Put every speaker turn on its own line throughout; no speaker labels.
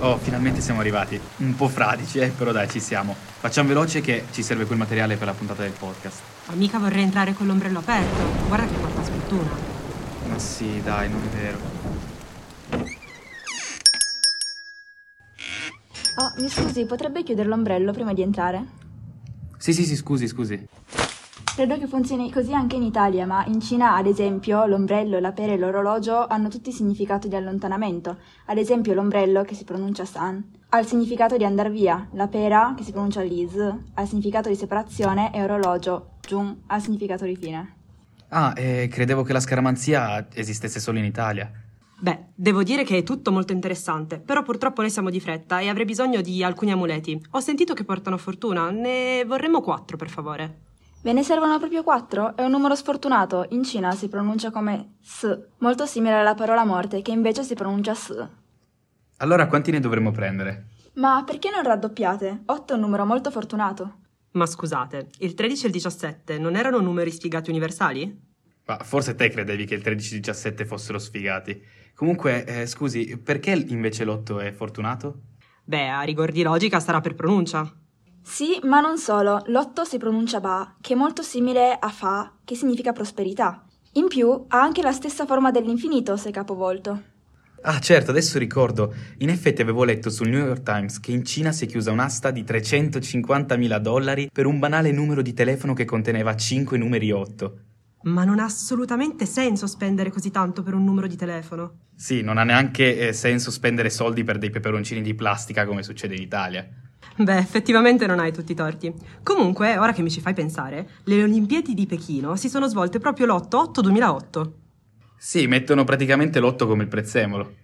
Oh, finalmente siamo arrivati. Un po' fradici, eh, però dai, ci siamo. Facciamo veloce che ci serve quel materiale per la puntata del podcast.
Ma mica vorrei entrare con l'ombrello aperto. Guarda che porta sfortuna.
Ma sì, dai, non è vero.
Oh, mi scusi, potrebbe chiudere l'ombrello prima di entrare?
Sì, sì, sì, scusi, scusi.
Credo che funzioni così anche in Italia, ma in Cina, ad esempio, l'ombrello, la pera e l'orologio hanno tutti significato di allontanamento. Ad esempio, l'ombrello, che si pronuncia san, ha il significato di andar via, la pera, che si pronuncia liz, ha il significato di separazione e orologio, jun, ha il significato di fine.
Ah, eh, credevo che la scaramanzia esistesse solo in Italia.
Beh, devo dire che è tutto molto interessante, però purtroppo noi siamo di fretta e avrei bisogno di alcuni amuleti. Ho sentito che portano fortuna, ne vorremmo quattro, per favore.
Ve ne servono proprio quattro? È un numero sfortunato. In Cina si pronuncia come s, molto simile alla parola morte, che invece si pronuncia s.
Allora, quanti ne dovremmo prendere?
Ma perché non raddoppiate? 8 è un numero molto fortunato.
Ma scusate, il 13 e il 17 non erano numeri sfigati universali?
Ma forse te credevi che il 13 e il 17 fossero sfigati. Comunque, eh, scusi, perché invece l'otto è fortunato?
Beh, a rigor di logica sarà per pronuncia.
Sì, ma non solo. L'otto si pronuncia ba, che è molto simile a fa, che significa prosperità. In più, ha anche la stessa forma dell'infinito se capovolto.
Ah, certo, adesso ricordo. In effetti avevo letto sul New York Times che in Cina si è chiusa un'asta di 350.000 dollari per un banale numero di telefono che conteneva 5 numeri 8.
Ma non ha assolutamente senso spendere così tanto per un numero di telefono.
Sì, non ha neanche eh, senso spendere soldi per dei peperoncini di plastica come succede in Italia.
Beh, effettivamente non hai tutti i torti. Comunque, ora che mi ci fai pensare, le Olimpiadi di Pechino si sono svolte proprio l'8-8-2008.
Sì, mettono praticamente l'otto come il prezzemolo.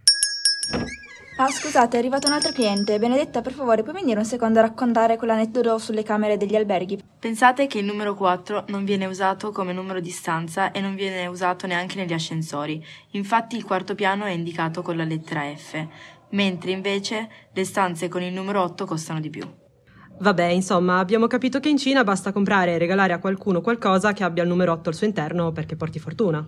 Ah, scusate, è arrivato un altro cliente. Benedetta, per favore, puoi venire un secondo a raccontare quell'aneddoto sulle camere degli alberghi?
Pensate che il numero 4 non viene usato come numero di stanza e non viene usato neanche negli ascensori. Infatti il quarto piano è indicato con la lettera F, mentre invece le stanze con il numero 8 costano di più.
Vabbè, insomma, abbiamo capito che in Cina basta comprare e regalare a qualcuno qualcosa che abbia il numero 8 al suo interno perché porti fortuna.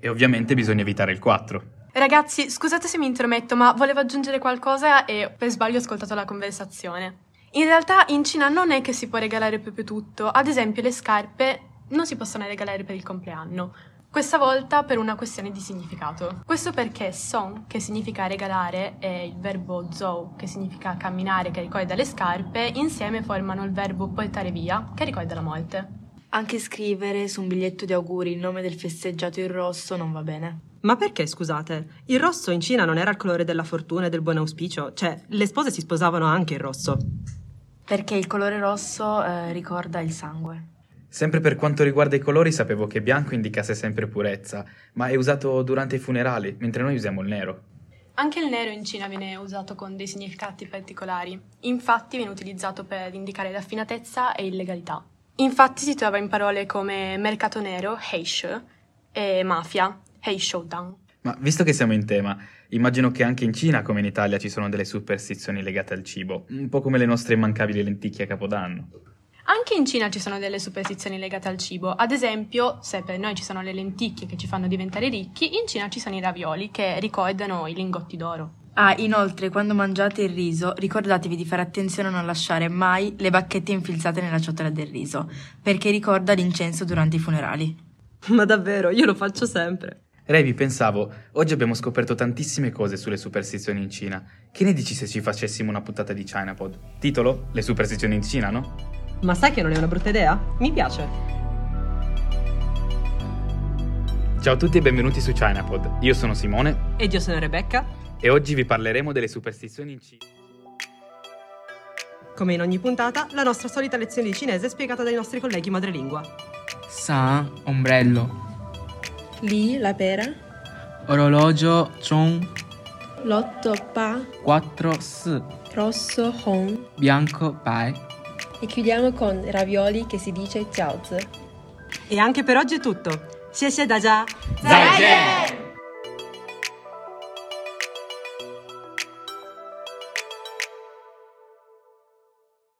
E ovviamente bisogna evitare il 4.
Ragazzi, scusate se mi intrometto, ma volevo aggiungere qualcosa e per sbaglio ho ascoltato la conversazione. In realtà in Cina non è che si può regalare proprio tutto, ad esempio le scarpe non si possono regalare per il compleanno, questa volta per una questione di significato. Questo perché song, che significa regalare, e il verbo zou, che significa camminare, che ricorda le scarpe, insieme formano il verbo portare via, che ricorda la morte.
Anche scrivere su un biglietto di auguri il nome del festeggiato in rosso non va bene.
Ma perché, scusate? Il rosso in Cina non era il colore della fortuna e del buon auspicio? Cioè, le spose si sposavano anche in rosso.
Perché il colore rosso eh, ricorda il sangue.
Sempre per quanto riguarda i colori, sapevo che bianco indicasse sempre purezza, ma è usato durante i funerali, mentre noi usiamo il nero.
Anche il nero in Cina viene usato con dei significati particolari, infatti viene utilizzato per indicare raffinatezza e illegalità. Infatti si trova in parole come mercato nero, heish, e mafia, heishoudan.
Ma visto che siamo in tema, immagino che anche in Cina, come in Italia, ci sono delle superstizioni legate al cibo, un po' come le nostre immancabili lenticchie a Capodanno.
Anche in Cina ci sono delle superstizioni legate al cibo, ad esempio se per noi ci sono le lenticchie che ci fanno diventare ricchi, in Cina ci sono i ravioli che ricordano i lingotti d'oro.
Ah, inoltre, quando mangiate il riso, ricordatevi di fare attenzione a non lasciare mai le bacchette infilzate nella ciotola del riso, perché ricorda l'incenso durante i funerali.
Ma davvero, io lo faccio sempre.
Revi, pensavo, oggi abbiamo scoperto tantissime cose sulle superstizioni in Cina. Che ne dici se ci facessimo una puntata di ChinaPod? Titolo? Le superstizioni in Cina, no?
Ma sai che non è una brutta idea? Mi piace.
Ciao a tutti e benvenuti su ChinaPod. Io sono Simone
Ed io sono Rebecca.
e oggi vi parleremo delle superstizioni in Cina.
Come in ogni puntata, la nostra solita lezione di cinese spiegata dai nostri colleghi madrelingua.
Sa, ombrello.
Lì la pera,
Orologio, chong,
l'otto pa,
4, s.
rosso hong
Bianco, pai.
e chiudiamo con ravioli che si dice jiaozi.
E anche per oggi è tutto. Xie xie da già!
Zaijian!